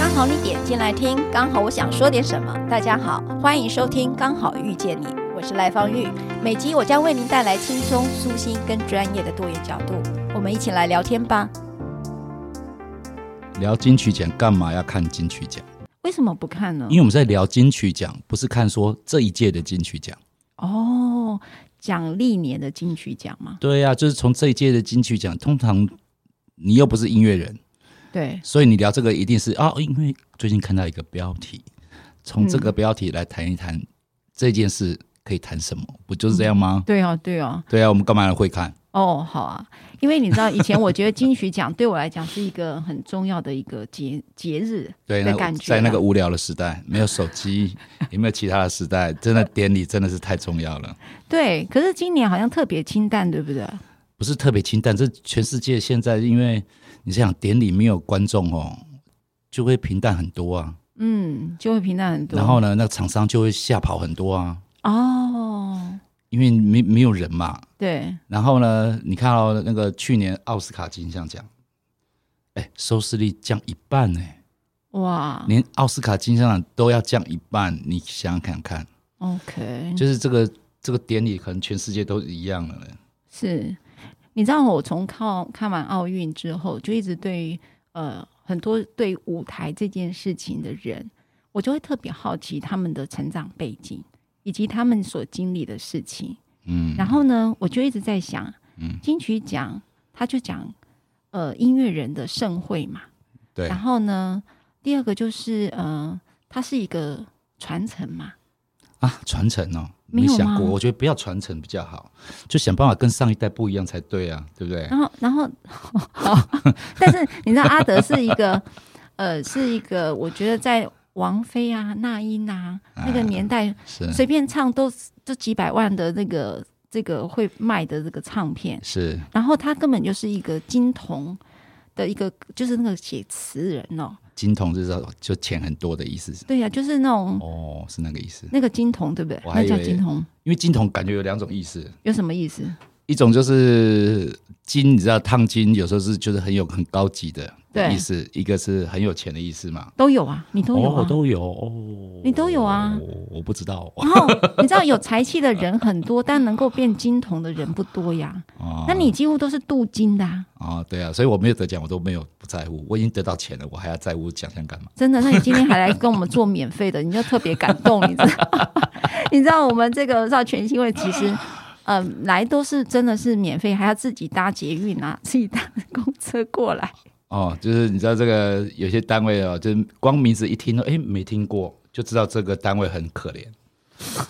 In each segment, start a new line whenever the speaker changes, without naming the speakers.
刚好你点进来听，刚好我想说点什么。大家好，欢迎收听《刚好遇见你》，我是赖芳玉。每集我将为您带来轻松、舒心跟专业的多元角度，我们一起来聊天吧。
聊金曲奖干嘛要看金曲奖？
为什么不看呢
因？为我们在聊金曲奖，不是看说这一届的金曲奖。
哦，讲历年的金曲奖吗？
对呀、就是从这一届的金曲奖，通常你又不是音乐人，
对，
所以你聊这个一定是啊，因为最近看到一个标题，从这个标题来谈一谈这件事可以谈什么，不就是这样吗？
对哦，对哦，
对啊，我们干嘛会看？
哦，好啊，因为你知道，以前我觉得金曲奖 对我来讲是一个很重要的一个节节日
对，
的
那
感觉
在那个
啦
无聊的时代，没有手机， 也没有其他的时代，真的典礼真的是太重要了。
对，可是今年好像特别清淡，对不对？
不是特别清淡，这全世界现在因为你想典礼没有观众哦，就会平淡很多啊。
嗯，就会平淡很多。
然后呢，那个厂商就会吓跑很多啊，
哦，
因为没没有人嘛。
对，
然后呢，你看到、那个去年奥斯卡金像奖，哎，收视率降一半呢、
哇
连奥斯卡金像奖都要降一半，你想想看，
，OK，
就是这个这个典礼可能全世界都一样了呢。
是，你知道我从看看完奥运之后，就一直对于呃很多对舞台这件事情的人，我就会特别好奇他们的成长背景以及他们所经历的事情。
嗯，
然后呢，我就一直在想，
嗯
金曲奖他就讲呃音乐人的盛会嘛，
对
然后呢，第二个就是呃，它是一个传承嘛，
啊，传承哦，
没
没
有
想
吗
过，我觉得不要传承比较好，就想办法跟上一代不一样才对啊，对不对？
然后然后 好，但是你知道阿德是一个呃是一个，我觉得在王菲啊、那英啊
哎
那个年代，
是
随便唱都都几百万的那个这个会卖的这个唱片，
是，
然后他根本就是一个金童的一个，就是那个写词人哦，
金童就是说就钱很多的意思，
对呀、就是那种、
哦，是那个意思。
那个金童，对不对？
我还
那
以
叫
为
金童
因为金童感觉有两种意思，
有什么意思？
一种就是金，你知道烫金有时候是就是很有很高级的
对
意思，一个是很有钱的意思嘛。
都有啊，你都有啊。
哦，都有哦，
你都有啊
我我不知道
然后你知道有才气的人很多，但能够变金童的人不多呀。
哦。
那你几乎都是镀金的、啊，
哦，对啊，所以我没有得奖，我都没有不在乎，我已经得到钱了，我还要在乎奖项干嘛？
真的。那你今天还来跟我们做免费的，你就特别感动，你知道？ 你知道我们这个绕全新会其实。呃，来都是真的是免费，还要自己搭捷运啊， 自己搭公车过来。
哦，就是你知道这个有些单位哦，就是光名字一听哦，哎，没听过，就知道这个单位很可怜，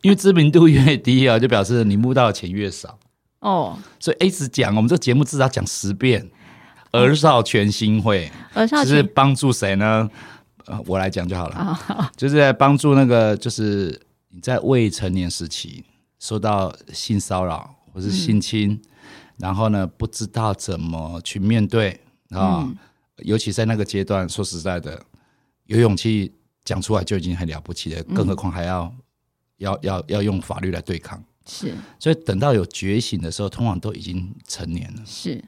因为知名度越低啊、就表示你募到的钱越少，
哦，
所以一直讲，我们这节目至少讲十遍，儿少全新会，
而少
就是
群
帮助谁呢？呃，我来讲就好了，
啊，好
就是在帮助那个，就是你在未成年时期受到性骚扰或是性侵，然后呢不知道怎么去面对
嗯
啊、尤其在那个阶段，说实在的，有勇气讲出来就已经很了不起了，更何况还要、要要要用法律来对抗。
是
所以等到有觉醒的时候，通常都已经成年了。
是，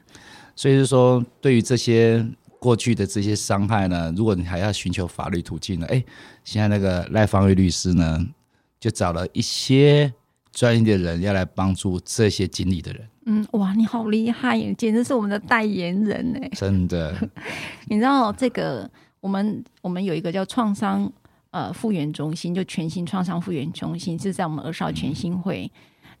所以是说，对于这些过去的这些伤害呢，如果你还要寻求法律途径呢，哎，现在那个赖芳玉律师呢，就找了一些专业的人要来帮助这些经历的人，
嗯，哇，你好厉害耶，简直是我们的代言人哎！
真的
你知道这个，我们我们有一个叫创伤呃复原中心，就全新创伤复原中心是在我们儿少全新会。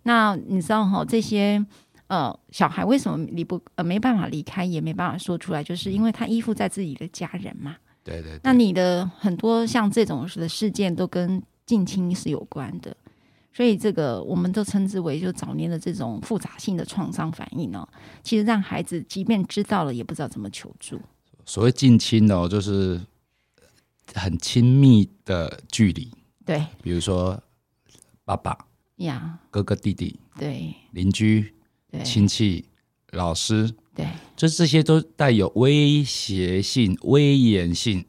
那你知道哈、这些呃小孩为什么离不呃没办法离开，也没办法说出来，就是因为他依附在自己的家人嘛。
对对对。
那你的很多像这种的事件都跟近亲是有关的，所以这个我们都称之为就早年的这种复杂性的创伤反应哦，其实让孩子即便知道了，也不知道怎么求助。
所谓近亲哦，就是很亲密的距离，
对
比如说爸爸、
呀，
哥哥、弟弟、
对
邻居、
对
亲戚、老师，
对，
就这些都带有威胁性、威严性，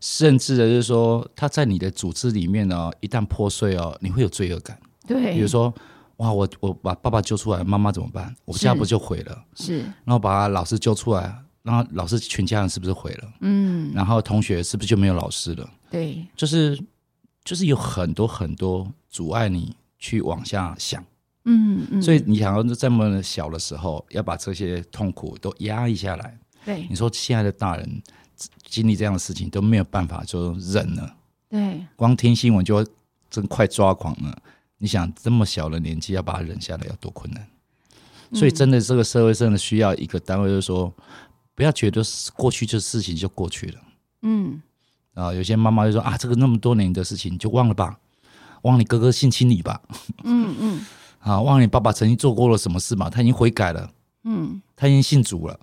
甚至的就是说，它在你的组织里面呢、一旦破碎哦，你会有罪恶感。
对，
比如说，哇，我我把爸爸救出来，妈妈怎么办？我家
是
不就毁了？
是，
然后把老师救出来，然后老师全家人是不是毁了？
嗯，
然后同学是不是就没有老师了？
对，
就是就是有很多很多阻碍你去往下想。
嗯嗯，
所以你想要这么小的时候，要把这些痛苦都压抑下来。
对
你说现在的大人经历这样的事情都没有办法就忍了，
对
光听新闻就真快抓狂了。你想这么小的年纪要把它忍下来，要多困难？所以真的，这个社会上的需要一个单位，就是说，不要觉得是过去这事情就过去了
嗯
啊。有些妈妈就说啊，这个那么多年的事情，你就忘了吧，忘你哥哥性侵你吧，
嗯嗯
啊，忘你爸爸曾经做过了什么事嘛，他已经悔改了，
嗯，
他已经信主了。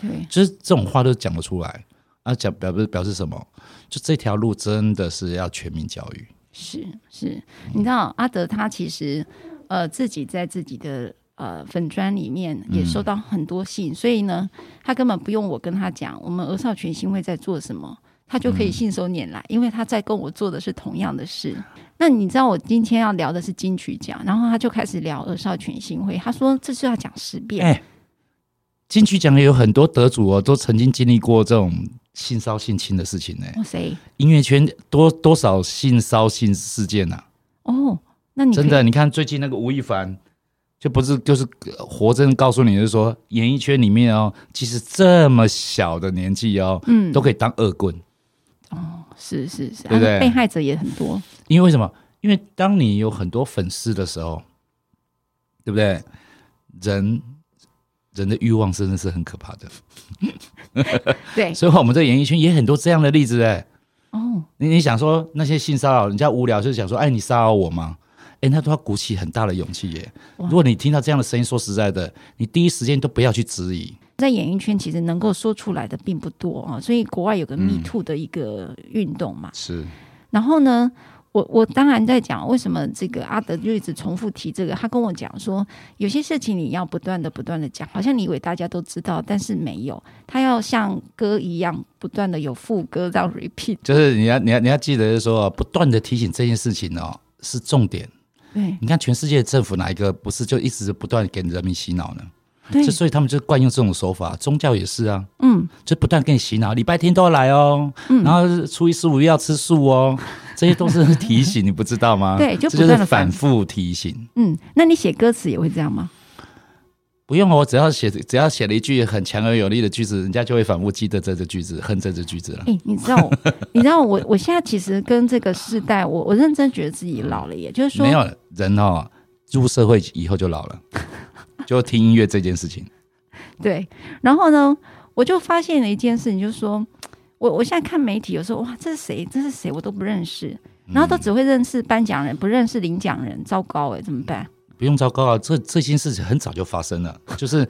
对
就是这种话都讲得出来啊，讲表表表示什么？就这条路真的是要全民教育，
是是，你知道阿德他其实呃自己在自己的。呃，粉砖里面也
嗯
收到很多信，所以呢，他根本不用我跟他讲，我们儿少群星会在做什么，他就可
嗯
以信手拈来，因为他在跟我做的是同样的事。那你知道我今天要聊的是金曲奖，然后他就开始聊儿少群星会，他说这是要讲十遍，
哎金曲奖也有很多得主哦，都曾经经历过这种性骚性侵的事情呢、
哇塞，
音乐圈多多少性骚性事件啊呐、
哦，那你可以
真的，你看最近那个吴亦凡，就不是就是呃活真告诉你，就是说演艺圈里面哦，其实这么小的年纪哦，
嗯
都可以当恶棍，
是是是，
对不对
啊被害者也很多，
因为为什么？因为当你有很多粉丝的时候，对不对？人人的欲望真的是很可怕的，
对，
所以我们在演艺圈也很多这样的例子哎。
哦，
你你想说那些性骚扰，人家无聊就想说，哎，你骚扰我吗？哎，那都要鼓起很大的勇气耶。
哇
如果你听到这样的声音，说实在的，你第一时间都不要去质疑。
在演艺圈其实能够说出来的并不多啊，所以国外
嗯
有个 Me Too 的一个运动嘛。
是，
然后呢，我我当然在讲为什么这个阿德就一直重复提这个，他跟我讲说，有些事情你要不断的不断的讲，好像你以为大家都知道，但是没有，他要像歌一样不断的有副歌这样 repeat，
就是你要你要你要记得，就是说不断的提醒这件事情哦，是重点。
对
你看全世界政府哪一个不是就一直不断地给人民洗脑呢？
对
就，所以他们就惯用这种手法，宗教也是啊，
嗯
就不断给你洗脑，礼拜天都要来哦，然后初一十五又要吃素哦，这些都是提醒，你不知道吗？
对就
这
不断
就是
地
反
反
复提醒。
嗯，那你写歌词也会这样吗？
不用哦，我只要写只要写了一句很强而有力的句子，人家就会反复记得这个句子，恨这个句子了。
哎、你知道， 你知道我，我现在其实跟这个世代，我我认真觉得自己老了耶，也就是说
没，有人哦，入社会以后就老了， 就听音乐这件事情。
对。然后呢，我就发现了一件事情，就是说我我现在看媒体，有时候哇，这是谁？这是谁？我都不认识，
嗯
然后都只会认识颁奖人，不认识领奖人，糟糕哎，怎么办？
不用糟糕啊，这这件事情很早就发生了，就是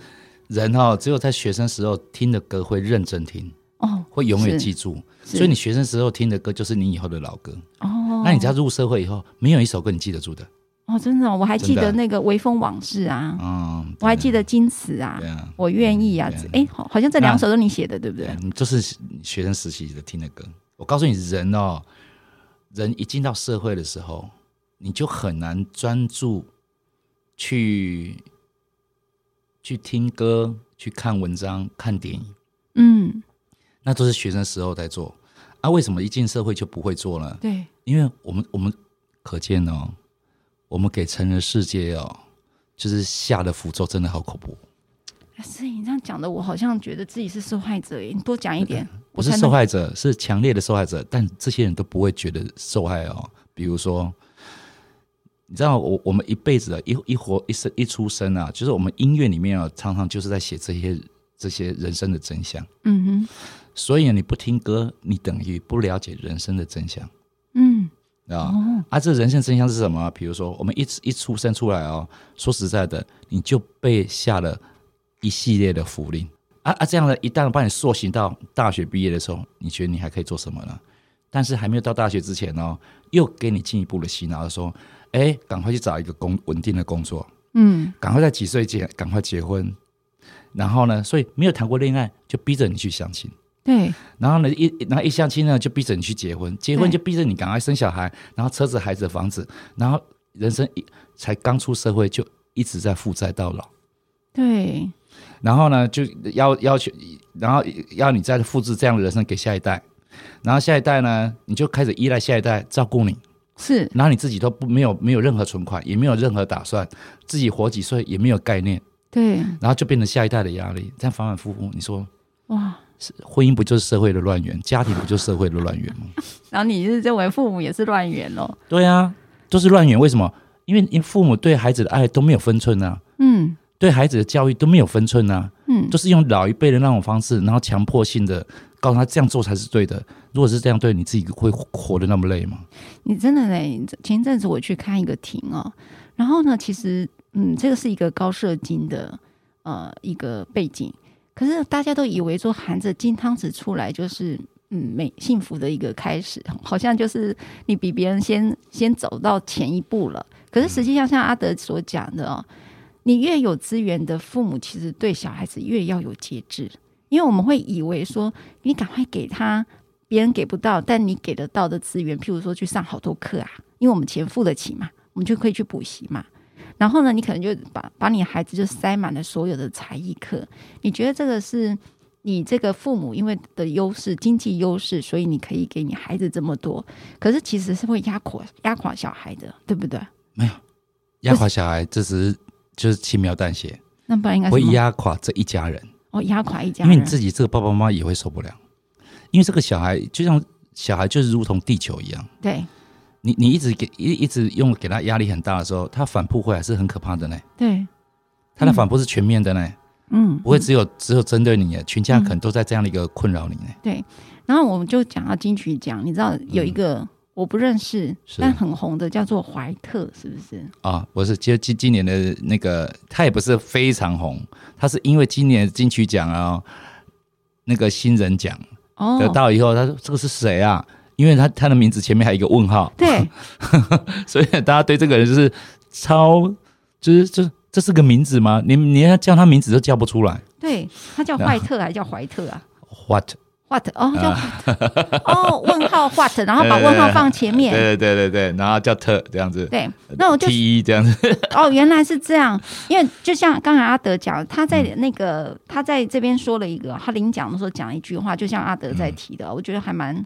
人哦，只有在学生时候听的歌会认真听，
哦
会永远
是
记住，
是
所以你学生时候听的歌就是你以后的老歌。
哦，
那你只要入社会以后，没有一首歌你记得住的。
哦，真的哦、我还记
真的
得那个《微风往事》啊，
嗯，
我还记得《金词》啊
对，啊，
我愿意啊
对啊，
哎、好，好像这
那
两首都你写的，对不
对
对
啊，？你就是你学生时期的听的歌。我告诉你，人哦，人一进到社会的时候，你就很难专注去去听歌、去看文章、看电影。
嗯，
那都是学生时候在做。啊，为什么一进社会就不会做呢？
对，
因为我们我们可见哦，我们给成人世界哦，就是下的符咒真的好恐怖。
所以哎你这样讲的，我好像觉得自己是受害者耶。你多讲一点，
不嗯是
我才
受
能
害者，是强烈的受害者，但这些人都不会觉得受害哦。比如说，你知道我我们一辈子啊，一一活一生一出生啊，就是我们音乐里面啊，常常就是在写这些这些人生的真相。啊
嗯哼，
所以你不听歌，你等于不了解人生的真相。
嗯，
啊、啊、啊，这人性真相是什么？比如说，我们一一出生出来哦，说实在的，你就被下了一系列的福利啊啊，这样的一旦把你塑形到大学毕业的时候，你觉得你还可以做什么呢？但是还没有到大学之前哦，又给你进一步的洗脑，说，哎，赶快去找一个工稳定的工作，
嗯，
赶快在几岁结，赶快结婚，然后呢，所以没有谈过恋爱，就逼着你去相亲。
对，
然后呢，一然后一相亲呢，就逼着你去结婚，结婚
对
就逼着你赶快生小孩，然后车子、孩子、房子，然后人生一才刚出社会就一直在负债到老，
对，
然后呢，就要要求，然后要你再复制这样的人生给下一代，然后下一代呢，你就开始依赖下一代照顾你，
是，
然后你自己都不没有没有任何存款，也没有任何打算，自己活几岁也没有概念，
对，
然后就变成下一代的压力，这样反反复复，你说
哇。
婚姻不就是社会的乱源，家庭不就是社会的乱源吗？
然后你是认为父母也是乱源哦咯？
对啊，都是乱源。为什么？因为因为父母对孩子的爱都没有分寸啊，
嗯
对孩子的教育都没有分寸啊，
嗯
都，是用老一辈的那种方式，然后强迫性的告诉他这样做才是对的。如果是这样对，你自己会活得那么累吗？
你真的嘞，前一阵子我去看一个庭哦，然后呢，其实嗯，这个是一个高射精的呃一个背景，可是大家都以为说含着金汤匙出来就是。嗯，美幸福的一个开始，好像就是你比别人先先走到前一步了。可是实际上，像阿德所讲的哦，你越有资源的父母，其实对小孩子越要有节制，因为我们会以为说，你赶快给他别人给不到，但你给得到的资源，譬如说去上好多课啊，因为我们钱付得起嘛，我们就可以去补习嘛。然后呢，你可能就把把你孩子就塞满了所有的才艺课。你觉得这个是你这个父母因为的优势、经济优势，所以你可以给你孩子这么多，可是其实是会压垮压垮小孩的，对不对？
压垮小孩，这只是就是轻描淡写，
那不然应该是
会
什么
压垮这一家人，
哦嗯压垮一家
因为
人，
你自己这个爸爸妈妈也会受不了，因为这个小孩就像小孩就是如同地球一样，
对
你你一直给一一直用给他压力很大的时候，他反扑回来是很可怕的呢。
对，
他的反扑是全面的呢，
嗯，
不会只有只有针对你耶，全家可能都在这样的一个困扰里呢。
然后我们就讲到金曲奖，你知道有一个我不认识，
嗯是
但很红的叫做怀特，是不是？
啊，我是今今今年的那个，他也不是非常红，他是因为今年金曲奖啊，那个新人奖
哦，
得到以后，他说这个是谁啊？因为他他的名字前面还有一个问号，
对
所以大家对这个人就是超，就是就是这是个名字吗？你你连叫他名字都叫不出来
对，他叫
然
怀特还是叫怀特啊
，what？
？What 哦，叫
啊
What 哦，问号 What，然后 把问号放前面。
对对对对对，然后叫特这样子
对，那我就
，T 一这样子。
哦，原来是这样，因为就像刚才阿德讲，他在那个、他在这边说了一个，他领奖的时候讲了一句话，就像阿德在提的，我觉得还蛮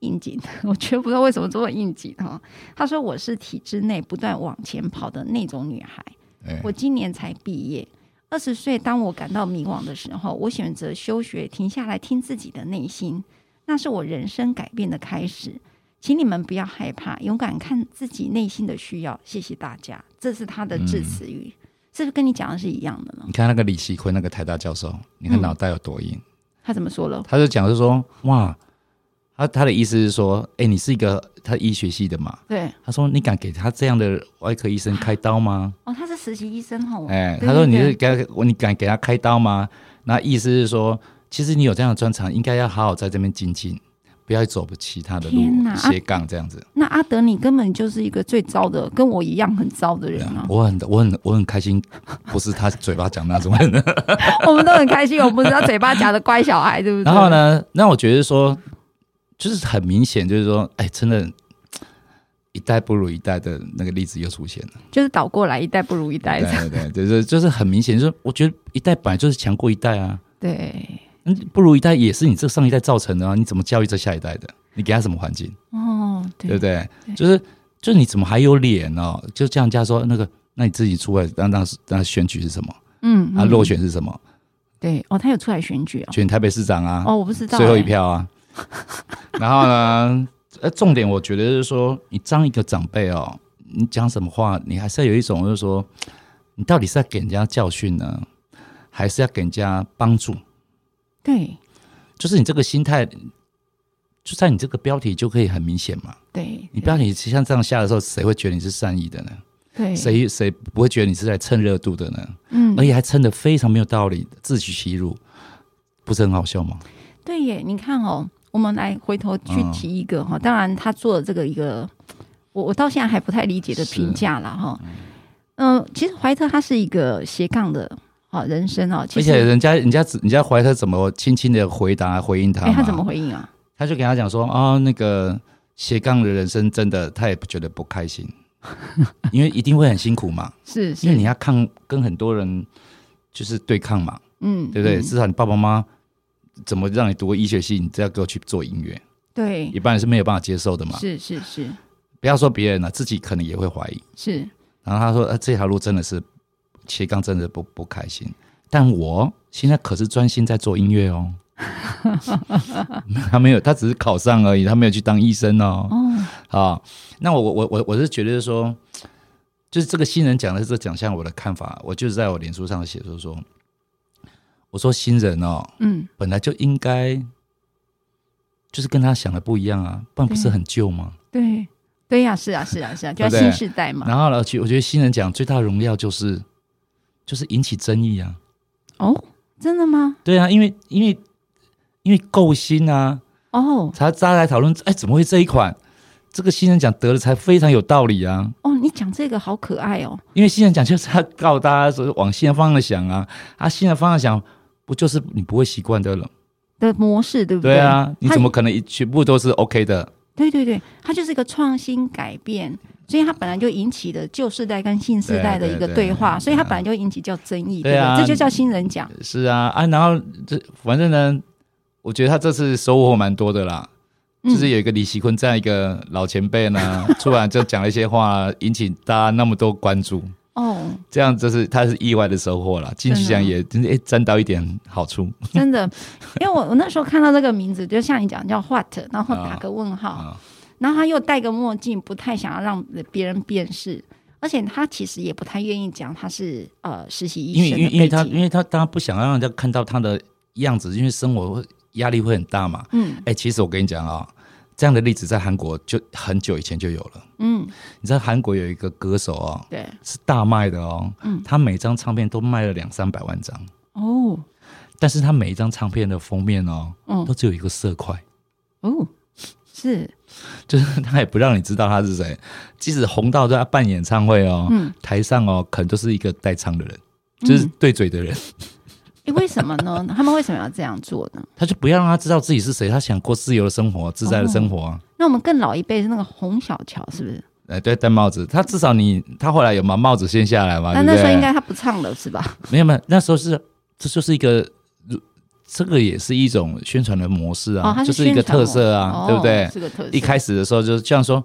应景的。 我觉得不知道为什么这么应景哈、他说我是体制内不断往前跑的那种女孩，
哎
我今年才毕业。二十岁，当我感到迷惘的时候，我选择休学，停下来听自己的内心，那是我人生改变的开始。请你们不要害怕，勇敢看自己内心的需要。谢谢大家，这是他的致
嗯
辞语，是不是跟你讲的是一样的呢？
你看那个李锡坤，那个台大教授，你
嗯
看脑袋有多硬？
他怎么说了？
他就讲就说，哇，他他的意思是说，哎、你是一个他医学系的嘛？
对，
他说你敢给他这样的外科医生开刀吗？
哦，他是实习医生哦，
哎、
对
他说
对
你
对
是给他，你敢给他开刀吗？那意思是说，其实你有这样的专长，应该要好好在这边精进，不要走其他的路
天哪，
斜杠这样子。
那阿德，你根本就是一个最糟的，跟我一样很糟的人啊！
我很我很我很开心，不是他嘴巴讲那种 人。
我们都很开心，我们不知道嘴巴夹的乖小孩，对不对？
然后？呢，那我觉得说，就是很明显，就是说，哎，真的，一代不如一代的那个例子又出现了。
就是倒过来，一代不如一代。
对对，就是就是很明显，就是我觉得一代本来就是强过一代啊，
对，
嗯，不如一代也是你这上一代造成的啊，你怎么教育这下一代的？你给他什么环境，
哦，对
对不对？就是就是你怎么还有脸哦？就这样家说那个，那你自己出来，那那那选举是什么？
嗯，
啊，
嗯
落选是什么？
对哦，他有出来选举哦，
选台北市长啊？
哦，我不知道、
最后
哎
一，票啊。 然后呢，呃，重点我觉得是说，你当一个长辈哦，你讲什么话，你还是要有一种就是说，你到底是要给人家教训呢，还是要给人家帮助？
对
就是你这个心态，就在你这个标题就可以很明显嘛。
对，
你标题像这样下的时候，谁会觉得你是善意的呢？
对，
谁谁不会觉得你是在蹭热度的呢？
嗯
而，且还蹭的非常没有道理，自取其辱，不是很好笑吗？
对耶，你看哦，我们来回头去
嗯
提一个哈、当然他做的这个一个，我我到现在还不太理解的评价啦。哈。嗯、其实怀特他是一个斜杠的啊人生啊，其
而
实
且人家人家只人家怀特怎么轻轻的回答回应他
哎、
嘛？
他怎么回应啊？
他就给他讲说啊、那个斜杠的人生真的他也不觉得不开 心，因为一定会很辛苦嘛，
是是，
因为你要抗跟很多人就是对抗嘛，
嗯，
对不对？
嗯
至少你爸爸妈妈怎么让你读医学系，你再给我去做音乐，
对
一，般人是没有办法接受的嘛。
是是是
不要说别人了，自己可能也会怀疑。
是，
然后他说：“呃，这条路真的是斜杠，真的不不开心。但我现在可是专心在做音乐哦。 他没有，他只是考上而已，他没有去当医生哦。
哦，
啊，那我我我我我是觉得说，就是这个新人奖的这个奖项，我的看法，我就是在我脸书上写说说，我说新人哦，
嗯，
本来就应该就是跟他想的不一样啊，不然不是很旧吗？
对对呀、是啊是啊是啊，就要
对不对
新时代嘛。
然后呢，而且我觉得新人奖最大的荣耀就是就是引起争议啊，
哦，真的吗？
对啊，因为因为因为够新啊，
哦
才大家来讨论，哎，怎么会这一款这个新人奖得了才非常有道理啊？
哦，你讲这个好可爱哦，
因为新人奖就是要告诉大家说往新的方向想啊，啊，新的方向想不就是你不会习惯的了？
的模式对不
对啊，你
它
怎么可能一全部都是 OK 的？
对对对，它就是一个创新改变，所以它本来就引起的旧世代跟新世代的一个对话，
对啊对啊对啊
所以它本来就引起叫争议，
对啊
不这就叫新人奖。
是啊，啊，然后这反正呢，我觉得他这次收获蛮多的啦。
嗯
就是有一个李习坤这样一个老前辈呢，突然就讲了一些话，引起大家那么多关注，
哦，
这样就是他是意外的收获啦。金曲奖也真的哎沾到一点好处
真的，因为我我那时候看到这个名字，就像你讲叫 what，然后打个问号，
啊，
然后他又戴个墨镜，不太想要让别人辨识，而且他其实也不太愿意讲他是呃实习
因为
医
因
生的背
为因为他因
景。
为他当然不想让人家看到他的样子，因为生活会压力会很大嘛。
嗯
哎、其实我跟你讲啊、这样的例子在韩国就很久以前就有了。
嗯，
你知道韩国有一个歌手哦，
对，
是大卖的哦，
嗯
他每张唱片都卖了两三百万张，
哦
但是他每一张唱片的封面哦，
嗯
都只有一个色块，
哦，是
就是他也不让你知道他是谁，即使红到在办演唱会哦，
嗯，
台上哦，可能都是一个代唱的人，就是对嘴的人，
诶为什么呢？他们为什么要这样做呢？
他就不要让他知道自己是谁，他想过自由的生活，自在的生活啊。
那我们更老一辈是那个洪小乔，是不是？
哎，对，戴帽子，他至少你，他后来有把帽子掀下来嘛？
那
啊对不
那时候
对
应该他不唱了，是吧？
没有没有，那时候是这就是一个，这个也是一种宣传的模式啊，
哦，他
就是是一个
宣传
特
哦
色啊，
哦
对不对？
是个特色。
一开始的时候就是像说，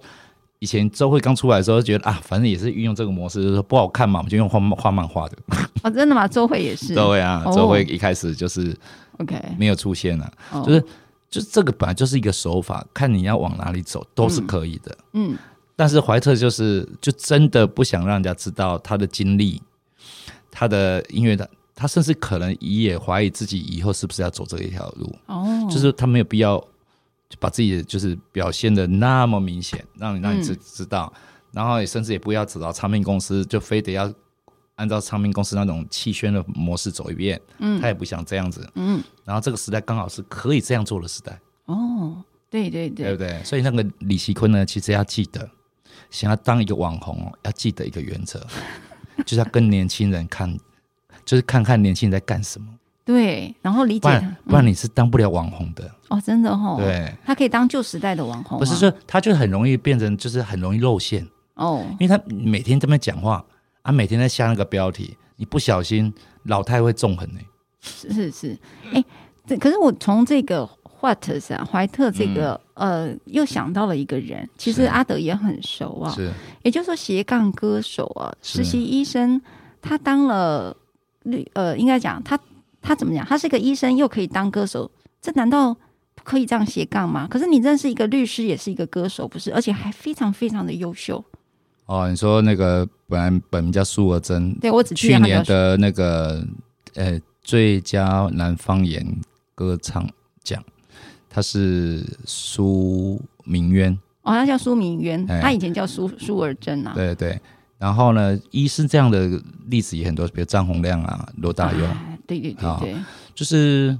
以前周慧刚出来的时候，觉得啊，反正也是运用这个模式，就是说不好看嘛，我们就用画画漫画的。
哦，真的吗？周慧也是。
周慧啊，
哦
周慧一开始就是
OK，
没有出现啊，
哦
就是就是这个本来就是一个手法，看你要往哪里走都是可以的。
嗯
但是怀特就是就真的不想让人家知道他的经历，他的音乐的，他甚至可能也怀疑自己以后是不是要走这一条路，
哦，
就是他没有必要就把自己的就是表现的那么明显，让你让你知
嗯
知道，然后也甚至也不要走到唱片公司，就非得要按照唱片公司那种气宣的模式走一遍，
嗯
他也不想这样子。
嗯
然后这个时代刚好是可以这样做的时代。
哦，对对
对不
对，
对？所以那个李奇坤呢，其实要记得，想要当一个网红哦，要记得一个原 则，就是要跟年轻人看，就是看看年轻人在干什么，
对，然后理
不
解
然
他
不然你是当不了网红的。
哦，真的哦，，
对，
他可以当旧时代的网红啊，
不是说他就很容易变成，就是很容易露馅，
哦，
因为他每天这么讲话啊，每天在下那个标题，你不小心老太会中欸痕呢、
是是是，哎，这可是我从这个。What 啊，怀特这个、
嗯
呃，又想到了一个人，其实
是
阿德也很熟啊，
是
也就是说斜杠歌手啊，
是
实习医生，他当了律呃，应该讲他他怎么讲？他是个医生，又可以当歌手，这难道不可以这样斜杠吗？可是你认识一个律师，也是一个歌手，不是？而且还非常非常的优秀。
哦，你说那个本来本名叫苏娥珍，
对我只记
去
得他
年
叫
的那个呃最佳男方言歌唱奖，他是苏明渊，
哦，他叫苏明渊，
哎
他以前叫苏苏尔珍啊。
对对。然后呢，医生这样的例子也很多，比如张洪亮啊、罗大佑，
哎对对对对，
就是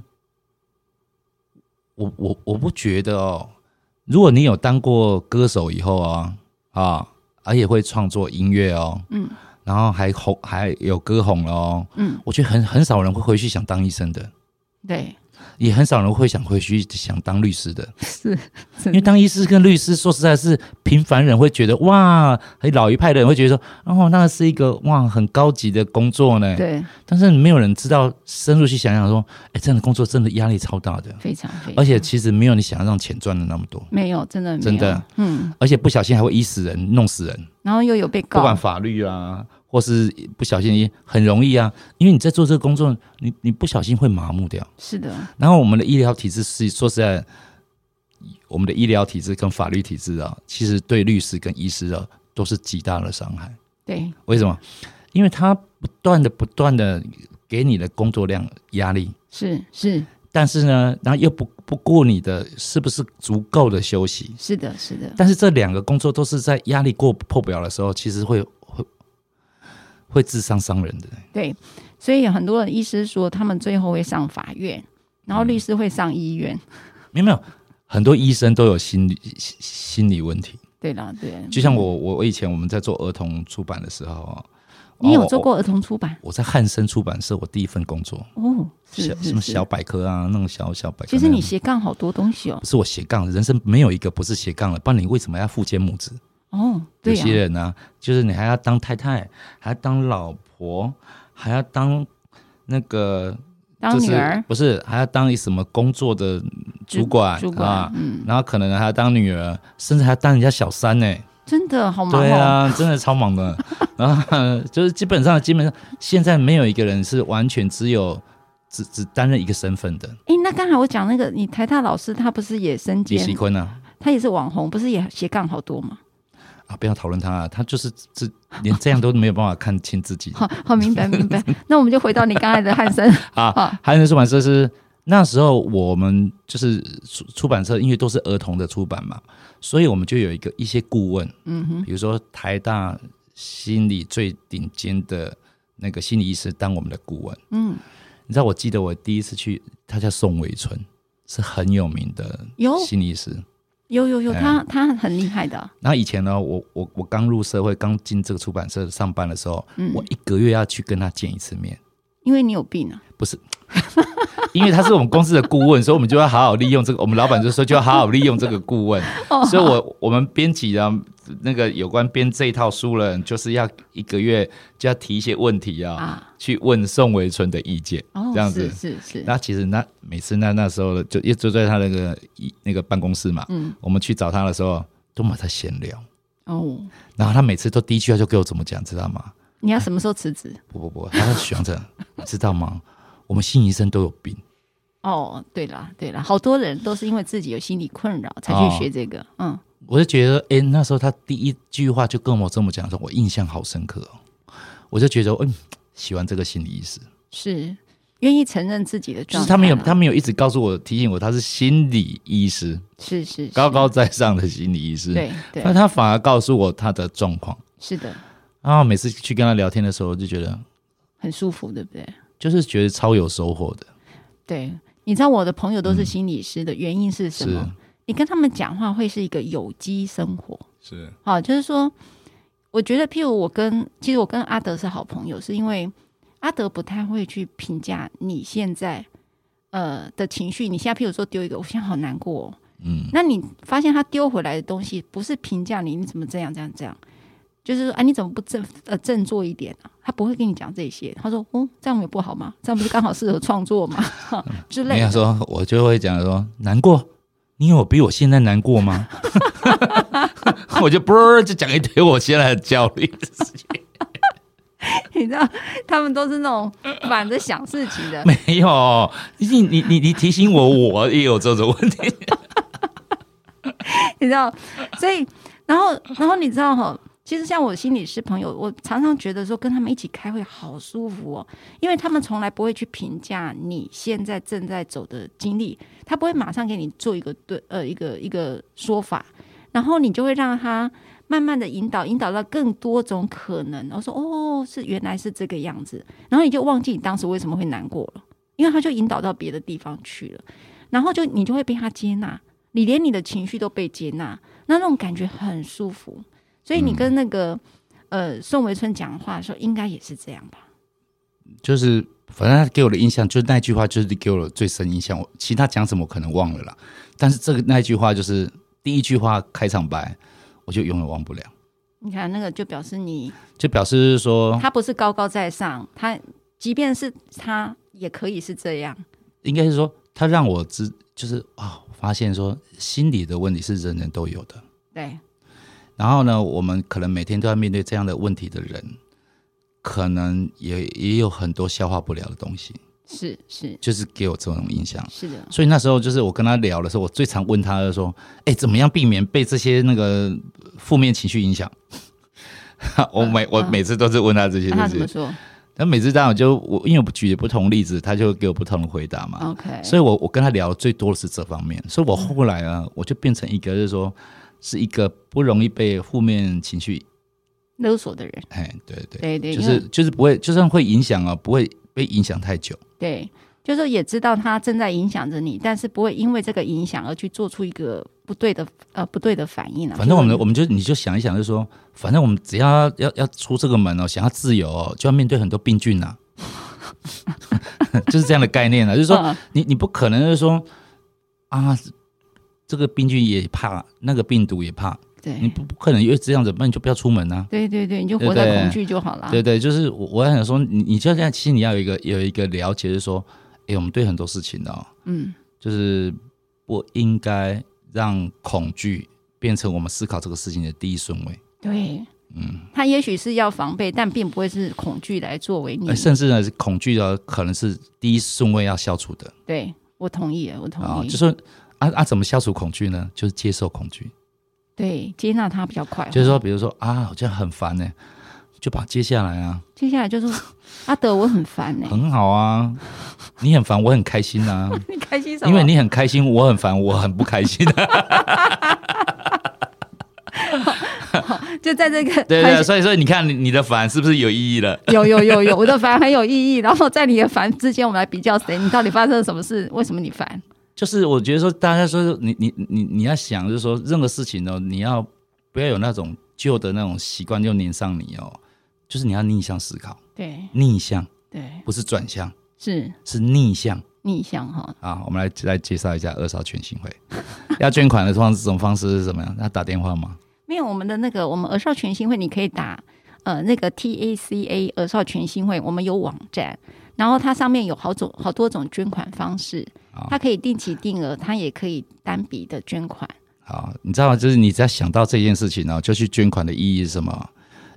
我我我不觉得哦，如果你有当过歌手以后啊啊，而且会创作音乐哦，
嗯
然后还红还有歌红了哦，
嗯，
我觉得很很少人会回去想当医生的，
对，
也很少人会想回去想当律师的，
是，
因为当医师跟律师，说实在是平凡人会觉得哇，很老一派的人会觉得说，哦，那是一个哇很高级的工作呢。
对，
但是没有人知道深入去想想说，哎，这样的工作真的压力超大的，
非常非常，
而且其实没有你想象中钱赚的那么多，
没有，真的没有
真的，
嗯，
而且不小心还会医死人、弄死人，
然后又有被
不
告，
管法律啊，或是不小心也很容易啊，因为你在做这个工作，你你不小心会麻木掉。
是的，
然后我们的医疗体制是说实在，我们的医疗体制跟法律体制啊，其实对律师跟医师啊都是极大的伤害。
对，
为什么？因为他不断的、不断的给你的工作量压力，
是是
但是呢，然后又不不顾你的是不是足够的休息。
是的，是的，
但是这两个工作都是在压力过破表的时候，其实会会会智商伤人的。
对，所以很多人医师说他们最后会上法院，然后
嗯
律师会上医院。
没有没有，很多医生都有心理心心理问题。
对啦，对，
就像
嗯
我我我以前我们在做儿童出版的时候啊，
你
哦
有做？过儿童出版
我我在汉森出版社，我第一份工作，
哦？
小
是
什么
是
小
是。
百科啊，那种小小百科那
其
样。
实你斜杠好多东西哦
不。是我斜杠，人生没有一个不是斜杠的，不然你为什么要父兼母职？
哦，
有
对呀、
些人呢、就是你还要当太太，还要当老婆，还要当那个
当
就
女
是
儿、
不是还要当什么工作的主管
主管，
啊？
嗯，
然后可能还要当女儿，甚至还要当人家小三呢、
真的好忙
对
哦。
啊，真的超 忙的。然后呃就是基本上，基本上现在没有一个人是完全只有只只担任一个身份的。
哎、那刚才我讲那个，你台大老师他不是也身
李习
兼，
坤啊，
他也是网红，不是也斜杠好多吗？
啊，不要讨论他、啊，他就是这连这样都没有办法看清自己
好好明 白明白。那我们就回到你刚才的汉森，好
啊。还有出版社是那时候我们就是出出版社，因为都是儿童的出版嘛，所以我们就有一个一些顾问，
嗯哼，
比如说台大心理最顶尖的那个心理医师当我们的顾问。
嗯，
你知道，我记得我第一次去，他叫宋伟春，是很有名的
有
心理医师。
有有有，
哎
他他很厉害的，啊
然后以前呢，我我我刚入社会，刚进这个出版社上班的时候，
嗯
我一个月要去跟他见一次面，
因为你有病啊，
不是，因为他是我们公司的顾问，所以我们就要好好利用这个。我们老板就说就要好好利用这个顾问，
哦
所以我我们编辑啊，那个有关编这一套书的人，就是要一个月就要提一些问题啊，
啊
去问宋维春的意见，
哦，
这样子。
是是是，
那其实那每次那那时候就一直在他那个一那个办公室嘛，
嗯，
我们去找他的时候都嘛在闲聊，
哦，
然后他每次都第一句话就给我怎么讲，知道吗？
你要什么时候辞职？
不不不，他说许阳城， 你知道吗？我们心理医生都有病，
哦，对啦对啦，好多人都是因为自己有心理困扰才
哦
去学这个，嗯，
我就觉得，哎、那时候他第一句话就跟我这么讲，说我印象好深刻哦，我就觉得，嗯，喜欢这个心理医师，
是愿意承认自己的
就
状
是
态啦，啊
他没有他没有一直告诉我提醒我他是心理医师，
是是是
高高在上的心理医师，，
对对
那，他反而告诉我他的状况。
是的，
然后每次去跟他聊天的时候，我就觉得
很舒服，对不对？
就是觉得超有收获的，
对，你知道我的朋友都是心理师的原因是什么？
嗯是
你跟他们讲话会是一个有机生活，
是
好，就是说，我觉得，譬如我跟，其实我跟阿德是好朋友，是因为阿德不太会去评价你现在呃的情绪。你现在譬如说丢一个，我现在好难过、哦，
嗯，
那你发现他丢回来的东西不是评价你，你怎么这样这样这样，就是说啊，你怎么不振呃振作一点啊？他不会跟你讲这些，他说哦，这样也不好吗？这样不是刚好适合创作吗？ 哈之
没
类
有
的。
说，我就会讲说难过，你有比我现在难过吗？ 我就啵 儿就讲一堆我现在的焦虑，
你知道，他们都是那种反着想事情 的，
没有，你你你你提醒我，我也有这种问题，
你知道，所以然后然后你知道哈，其实像我心理师朋友，我常常觉得说跟他们一起开会好舒服哦，因为他们从来不会去评价你现在正在走的经历，他不会马上给你做一个对呃一个一个说法，然后你就会让他慢慢的引导，引导到更多种可能。然后说哦，是原来是这个样子，然后你就忘记你当时为什么会难过了，因为他就引导到别的地方去了，然后就你就会被他接纳，你连你的情绪都被接纳，那那种感觉很舒服。所
嗯
以你跟那个、呃宋维春讲话的时候，应该也是这样吧？
就是反正他给我的印象，就是那句话就是给我的最深印象。我其他讲什么我可能忘了啦，但是这个那一句话就是第一句话开场白，我就永远忘不了。
你看那个就表示你
就表示说，
他不是高高在上，他即便是他也可以是这样。
应该是说他让我知，就是啊、发现说心理的问题是人人都有的。
对，
然后呢，我们可能每天都要面对这样的问题的人，可能也也有很多消化不了的东西，
是是
就是给我这种印象。
是的，
所以那时候就是我跟他聊的时候，我最常问他的说：“哎，怎么样避免被这些那个负面情绪影响？” 我每我每次都是问他这些
嗯那他
东
怎么
西，
说
那每次当然我就我因为我举不同例子，他就给我不同的回答嘛。
？OK，
啊所以我我跟他聊最多的是这方面，所以我后来啊，
嗯
我就变成一个就是说是一个不容易被负面情绪，
勒索的人，
哎，对对，
对对，
就
因为
是就是不会，就算会影响啊，不会被影响太久。
对，就是也知道他正在影响着你，但是不会因为这个影响而去做出一个不对的呃不对的反应啊。
反正我们我
们
们就你就想一想，就是说，反正我们只要要要出这个门哦，想要自由哦，就要面对很多病菌呐、 就是这样的概念啊，就是说
嗯、
你你不可能就是说啊，这个病菌也怕，那个病毒也怕，
对
你不不可能因为这样子，那你就不要出门啊。
对对对，你就活
对
在
对
恐惧就好了。
对对，就是我我想说，你你就现在其实你要有一个有一个了解，就是说，诶，我们对很多事情哦，
嗯，
就是不应该让恐惧变成我们思考这个事情的第一顺位。
对，
嗯，
他也许是要防备，但并不会是恐惧来作为你。
呃甚至呢，是恐惧的可能是第一顺位要消除的
对我同意，我同
啊、
意，
就是啊啊，怎么消除恐惧呢？就是接受恐惧，
对接纳他比较快。
就是说，比如说啊，好像很烦呢、就把它接下来啊，
接下来就是 阿德，我很烦哎、
很好啊，你很烦，我很开心 啊，
你开心什么？
因为你很开心，我很烦，我很不 开心。啊
就在这个
对
开
对，
心
所以所以你看你你的烦是不是有意义了？
有有有有，我的烦很有意义。然后在你的烦之间，我们来比较谁，你到底发生了什么事？为什么你烦？
就是我觉得说，大家说你你你你要想，就是说任何事情呢、你要不要有那种旧的那种习惯就黏上你哦，就是你要逆向思考，
对
逆向
对，
不是转向，
是
是逆向
逆向哈。
啊。我们来来介绍一下二少全新会， 要捐款的方式，这种方式是什么样？要打电话吗？
没有我们的那个，我们儿少全新会，你可以打呃那个 T A C A 儿少全新会，我们有网站，然后它上面有好种好多种捐款方式，
好
它可以定期定额，它也可以单笔的捐款。
好，啊你知道吗？就是你只要想到这件事情呢、就去捐款的意义是什么？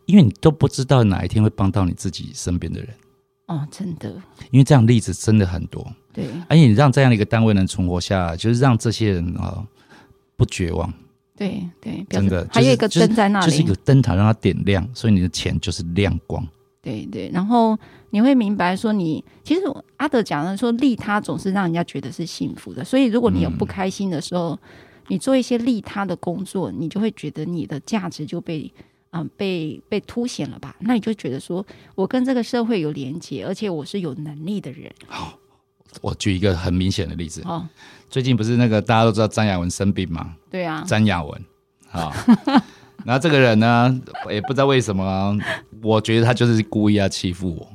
因为你都不知道哪一天会帮到你自己身边的人，
哦，真的，
因为这样例子真的很多。
对
而且你让这样的一个单位能存活下来，就是让这些人啊、不绝望，
对对，表
真
示
的就是
还有一个
就是
灯在那里，
就是一个灯塔让它点亮，所以你的钱就是亮光。
对对，然后你会明白说你，其实阿德讲的说利他总是让人家觉得是幸福的，所以如果你有
嗯
不开心的时候，你做一些利他的工作，你就会觉得你的价值就被嗯、被被凸显了吧？那你就觉得说我跟这个社会有连接，而且我是有能力的人
我举一个很明显的例子，
哦，
最近不是那个大家都知道张雅文生病吗？
对啊，
詹雅文啊。 然后这个人呢，也不知道为什么啊，我觉得他就是故意要欺负我。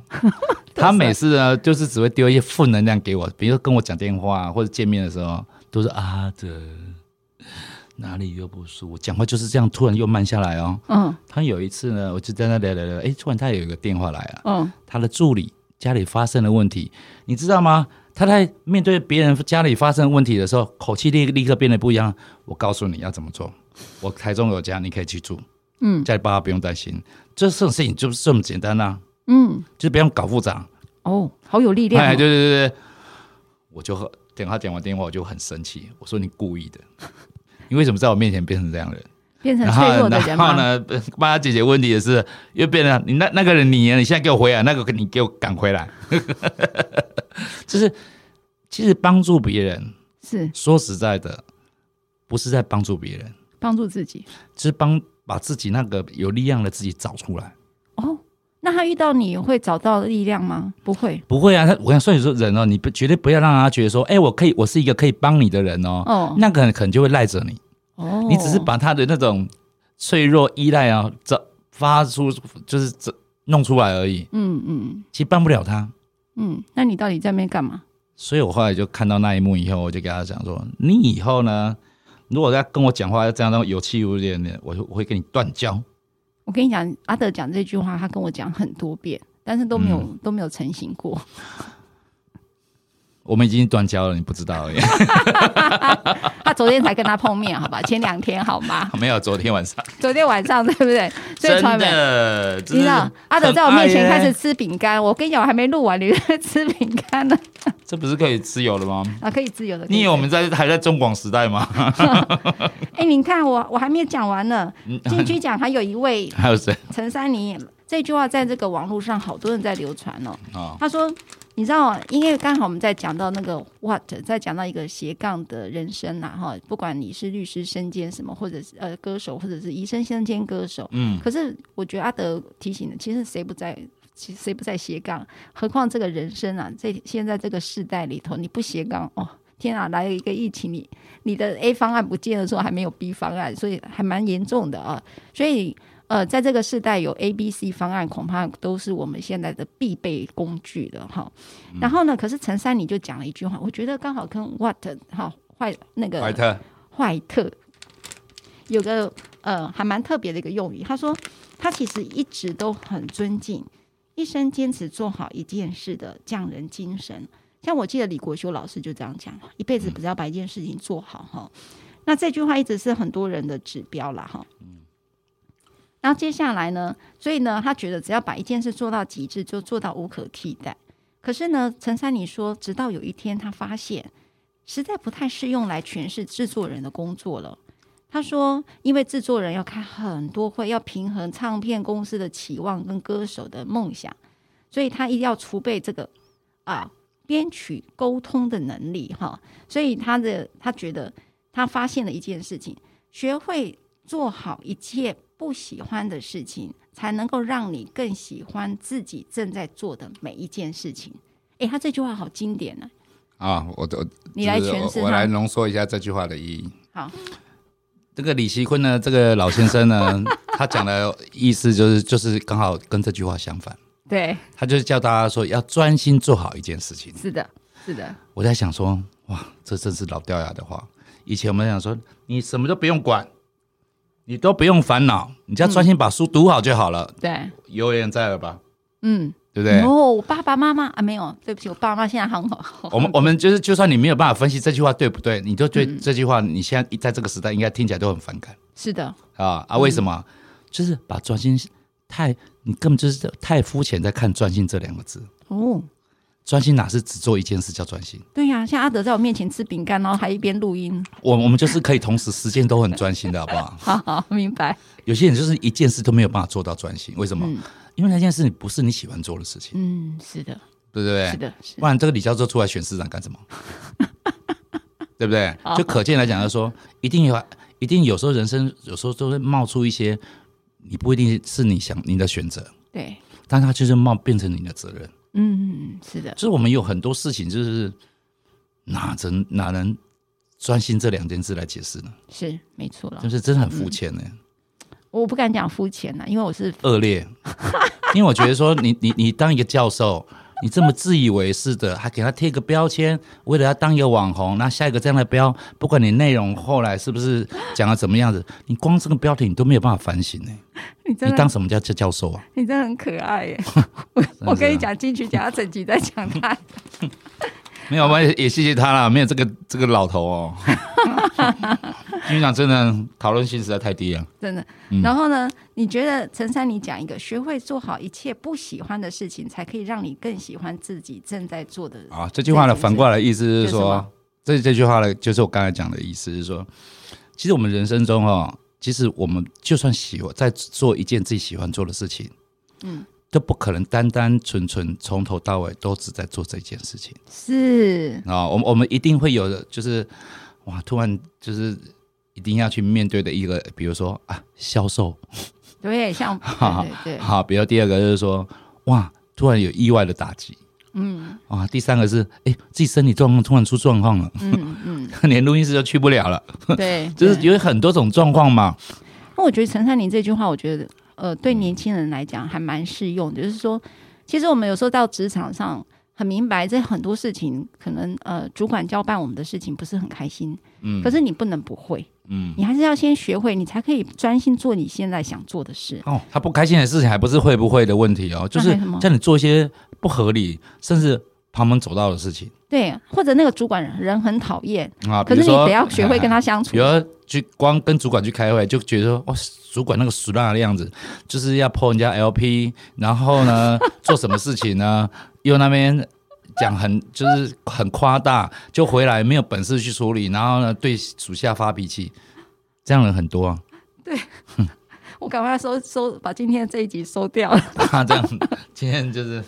他每次呢，就是只会丢一些负能量给我，比如说跟我讲电话或者见面的时候，都是啊的，哪里又不舒服，讲话就是这样，突然又慢下来哦。
嗯
他有一次呢，我就在那聊聊聊，哎，突然他有一个电话来啊了，
嗯，
他的助理家里发生了问题，你知道吗？他在面对别人家里发生问题的时候，口气立立刻变得不一样。我告诉你要怎么做，我台中有家，你可以去住，
嗯
家里爸爸不用担心。这种事情就是这么简单啊，
嗯，
就是不用搞复杂。
哦，好有力量、
哎，
哦，
对对对对，我就很等他讲完电话，我就很生气，我说你故意的，你为什么在我面前变成这样的人？
变成
然
脆弱
后
的
然
人
后
吗？
呢， 帮他解决问题也是又变成你那那个人你啊你现在给我回来，那个你给我赶回来， 就是其实帮助别人，
是
说实在的，不是在帮助别人，
帮助自己
是帮把自己那个有力量的自己找出来。
哦。那他遇到你会找到力量吗？不会
不会啊，他我想所以说人哦，你不绝对不要让他觉得说，哎，我可以，我是一个可以帮你的人哦，
哦
那个人可能就会赖着你，
哦，
你只是把他的那种脆弱依赖啊，这发出就是这弄出来而已，
嗯嗯
其实帮不了他。
嗯，那你到底在那边干嘛？
所以我后来就看到那一幕以后，我就跟他讲说，你以后呢，如果要跟我讲话要这样那么有气无力的，我就我会跟你断交。
我跟你讲，阿德讲这句话，他跟我讲很多遍，但是都没有、
嗯
都没有成型过。
我们已经断交了，你不知道而 已。
他昨天才跟他碰面，好吧？前两天好 吗？
没有，昨天晚上
昨天晚上对不对？所以
真
传媒。
的，
你
真
知道
的，
阿德在我面前
很爱
开
耶
始吃饼干，我跟你讲，我还没录完，你就在吃饼干呢，
这不是可以自由了吗？
啊，可以自由的。
你以
以
为我们在还在中广时代 吗？
哎，你看我我还没有讲完呢。
嗯
金曲奖还有一位
还有谁
陈珊妮，这句话在这个网络上好多人在流传哦。
啊？
他说：“你知道，因为刚好我们在讲到那个 what，在讲到一个斜杠的人生啦，哈，不管你是律师身兼什么，或者是呃歌手，或者是医生身兼歌手，
嗯，
可是我觉得阿德提醒的，其实谁不在，其实谁不在斜杠？何况这个人生啊，这现在这个世代里头，你不斜杠哦。”天啊，来了一个疫情，你你的 A 方案不见的时候还没有 B 方案，所以还蛮严重的啊。所以呃，在这个时代有 A、B、C 方案，恐怕都是我们现在的必备工具了哈。然后呢，可是陈三你就讲了一句话，我觉得刚好跟 What 哈坏那个
怀特，
坏特有个呃还蛮特别的一个用语，他说他其实一直都很尊敬，一生坚持做好一件事的匠人精神。像我记得李国修老师就这样讲，一辈子不是要把一件事情做好哈。那这句话一直是很多人的指标啦哈。然后接下来呢，所以呢，他觉得只要把一件事做到极致，就做到无可替代。可是呢，陈珊妮说，直到有一天他发现，实在不太适用来诠释制作人的工作了。他说，因为制作人要开很多会，要平衡唱片公司的期望跟歌手的梦想，所以他一定要储备这个啊编曲沟通的能力哈。所以他的他觉得他发现了一件事情，学会做好一切不喜欢的事情，才能够让你更喜欢自己正在做的每一件事情。诶，他这句话好经典呢、
啊，我我
你来
就是
诠释
我我
它
来浓缩一下这句话的意义。
好，
这个李奇坤呢，这个老先生呢， 他讲的意思就是，就是刚好跟这句话相反。
对，
他就是叫大家说要专心做好一件事情。
是的，是的，
我在想说，哇，这真是老掉牙的话。以前我们想说，你什么都不用管，你都不用烦恼，你只要专心把书读好就好了。
对，
有点在了吧？
嗯，
对不对？
哦，我爸爸妈妈啊，没有，对不起，我爸妈现在很好，
我们我们就是，就算你没有办法分析这句话对不对，你都对这句话，你现在在这个时代应该听起来都很反感
是的，
啊啊！为什么？就是把专心太，你根本就是太肤浅，在看专心这两个字。
哦，
专心哪是只做一件事叫专心？
对呀、像阿德在我面前吃饼干，然后还一边录音，
我我们就是可以同时时间都很专心的，好不 好？
好好，明白，
有些人就是一件事都没有办法做到专心，为什么？因为那件事不是你喜欢做的事情，
嗯，是的，
对不对？
是的，是
不然这个李教授出来选市长 干什么？对不对？就可见来讲，就是说一定有，一定有时候人生有时候都会冒出一些，你不一定是你想你的选择，
对，
但它就是冒变成你的责任。
嗯，是的
就，是我们有很多事情，就是哪能哪能专心这两件事来解释呢？
是没错了
就，是真的很
嗯
肤浅呢、
我不敢讲肤浅呐，因为我是
恶劣， 因为我觉得说你你你当一个教授，你这么自以为是的，还给他贴个标签，为了要当一个网红，那下一个这样的标，不管你内容后来是不是讲的怎么样子，你光这个标题你都没有办法反省呢、
你真
你
的
当什么叫叫教授啊？
你真的很可爱耶，我我跟你讲，进去讲他整集在讲他，
没有，我也也谢谢他啦，没有这个这个老头 哦。局长真的讨论性实在太低了。
真的。然后呢？你觉得陈珊妮讲一个，学会做好一切不喜欢的事情，才可以让你更喜欢自己正在做的。
啊，这句话呢，
对
反过来意思是
就是什
说
么，
这这句话呢，就是我刚才讲的意思是说，其实我们人生中哦，其实我们就算喜欢在做一件自己喜欢做的事情，
嗯，
都不可能单单纯纯从头到尾都只在做这件事情
是，
啊、我们我们一定会有的，就是哇，突然就是一定要去面对的一个，比如说啊，销售，
对，像
哈
对对对，
好，比如第二个就是说哇，突然有意外的打击。
嗯
啊，第三个是，哎、自己身体状况突然出状况了，
嗯嗯，
连录音室都去不了了，
对，
就是
对
有很多种状况嘛。
那我觉得陈珊妮这句话，我觉得呃，对年轻人来讲还蛮适用的，就是说，其实我们有时候到职场上很明白，这很多事情可能呃，主管交办我们的事情不是很开心，
嗯，
可是你不能不会，
嗯，
你还是要先学会，你才可以专心做你现在想做的事。
哦，他不开心的事情还不是会不会的问题哦，就
那
是
还有什么
叫你做一些不合理甚至旁门左道的事情
对，或者那个主管人很讨厌，
啊。
可是你
比如说哎
得要学会跟。他相处
比如。说去光跟主管去开会，就觉得说哇，主管那个俗烂的样子，就是要破人家 LP，然后呢做什么事情呢，又那边讲很就是很夸大，就回来没有本事去处理，然后呢对属下发脾气，这样的人很多啊，
我赶快收收，把今天这一集收掉了。
他这样今天就是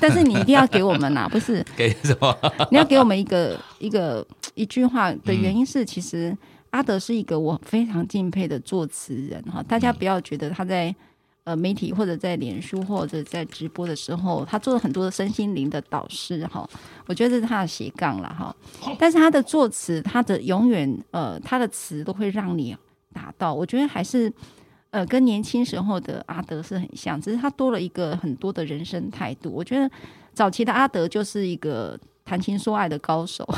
但是你一定要给我们啊 呐、不是
给什么？
你要给我们一个一个一句话的原因是，其实阿德是一个我非常敬佩的作词人哈。大家不要觉得他在呃媒体或者在脸书或者在直播的时候，他做了很多的身心灵的导师哈。我觉得这是他的斜杠了哈。但是他的作词，他的永远呃他的词都会让你达到。我觉得还是。呃，跟年轻时候的阿德是很像，只是他多了一个很多的人生态度。我觉得早期的阿德就是一个谈情说爱的高手，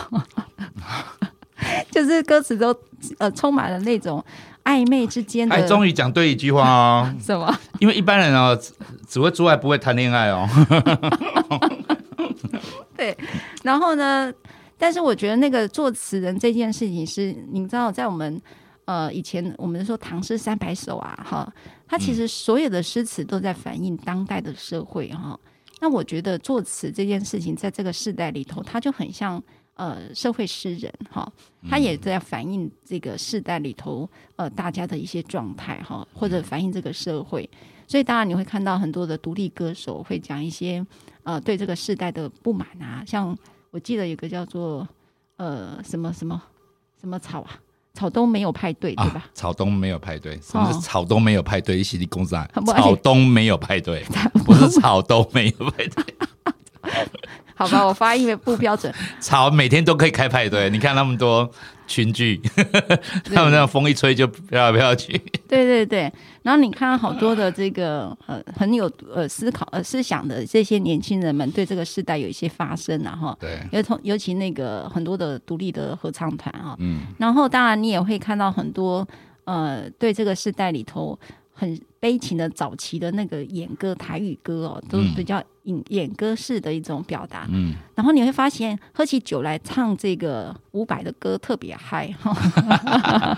就是歌词都呃充满了那种暧昧之间的
哎，终于讲对一句话哦，
什么？
因为一般人哦，只只会做爱不会谈恋爱哦。
然后呢，但是我觉得那个作词人这件事情是，你知道，在我们呃以前我们说唐诗三百首啊，哈，它其实所有的诗词都在反映当代的社会哈。那我觉得作词这件事情，在这个时代里头，它就很像呃社会诗人哈，他也在反映这个世代里头呃大家的一些状态哈，或者反映这个社会。所以当然你会看到很多的独立歌手会讲一些呃对这个世代的不满啊，像我记得有个叫做呃什么什么什么草啊，草东没有派对对吧
啊？，草东没有派对，什么是草东没有派对？一起的公仔
哦啊不，而且
草东没有派 对，不是草东没有派对，
好吧，我发音不标准，
草每天都可以开派对。你看那么多群聚，他们那风一吹就飘来飘去。
对对对，然后你看好多的这个呃很有呃思考呃思想的这些年轻人们对这个时代有一些发声啊哈，
对，
尤同尤其那个很多的独立的合唱团啊，
嗯，
然后当然你也会看到很多呃对这个时代里头很悲情的早期的那个演歌台语歌哦，都
嗯
比较演演歌式的一种表达，
嗯，
然后你会发现，喝起酒来唱这个伍佰的歌特别嗨，哈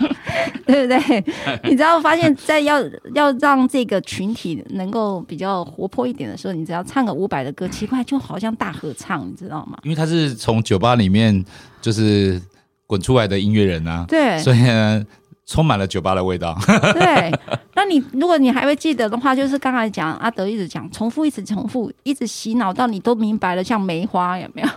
对不对？ 你只要发现，在要要让这个群体能够比较活泼一点的时候，你只要唱个伍佰的歌，奇怪，就好像大合唱，你知道吗？
因为他是从酒吧里面就是滚出来的音乐人啊，
对
所以呢，充满了酒吧的味道。
对，那你如果你还会记得的话，就是刚才讲阿德一直讲重复，一直重复，一直洗脑到你都明白了，像梅花有没 有？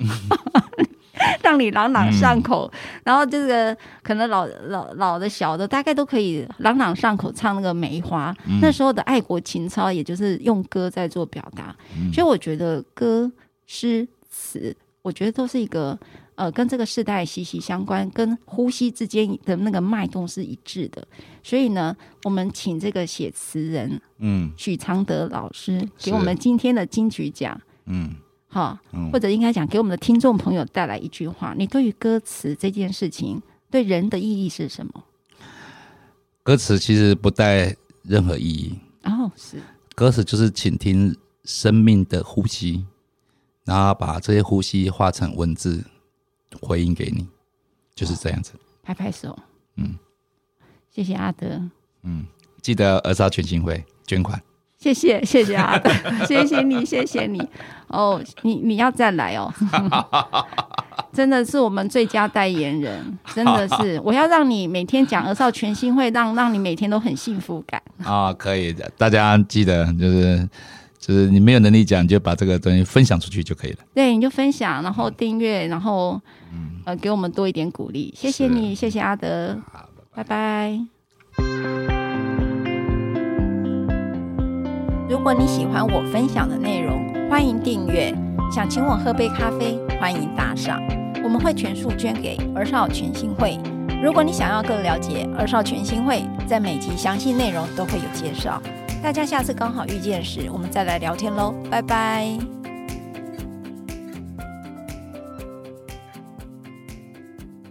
让你朗朗上口，然后这个可能老老老的小的大概都可以朗朗上口唱那个梅花。那时候的爱国情操，也就是用歌在做表达，所以我觉得歌、诗、词，我觉得都是一个呃跟这个时代息息相关，跟呼吸之间的那个脉动是一致的。所以呢，我们请这个写词人
嗯
许常德老师
是
给我们今天的金曲奖，
嗯
哈，
嗯
或，者应该讲给我们的听众朋友带来一句话：你对于歌词这件事情对人的意义是什么？
歌词其实不带任何意义，
哦，是
歌词就是倾听生命的呼吸，然后把这些呼吸化成文字回应给你，就是这样子。
拍拍手，
嗯，
谢谢阿德，
嗯，记得儿少全心会捐款。
谢谢谢 谢阿 德，谢谢你，谢谢你，哦，你你要再来哦，
真的是我们最佳代言人，真的 是，我要让你每天讲儿少全新会，让让你每天都很幸福感。
啊、可以的，大家记得就是就是你没有能力讲，就把这个东西分享出去就可以了。
对，你就分享，然后订阅，然后呃，给我们多一点鼓励，谢谢
是
你，谢谢阿德，拜拜。
如果你喜欢我分享的内容，欢迎订阅。想请我喝杯咖啡，欢迎打赏，我们会全数捐给儿少全心会。如果你想要更了解儿少全心会，在每集详细内容都会有介绍。大家下次刚好遇见时，我们再来聊天喽，拜拜。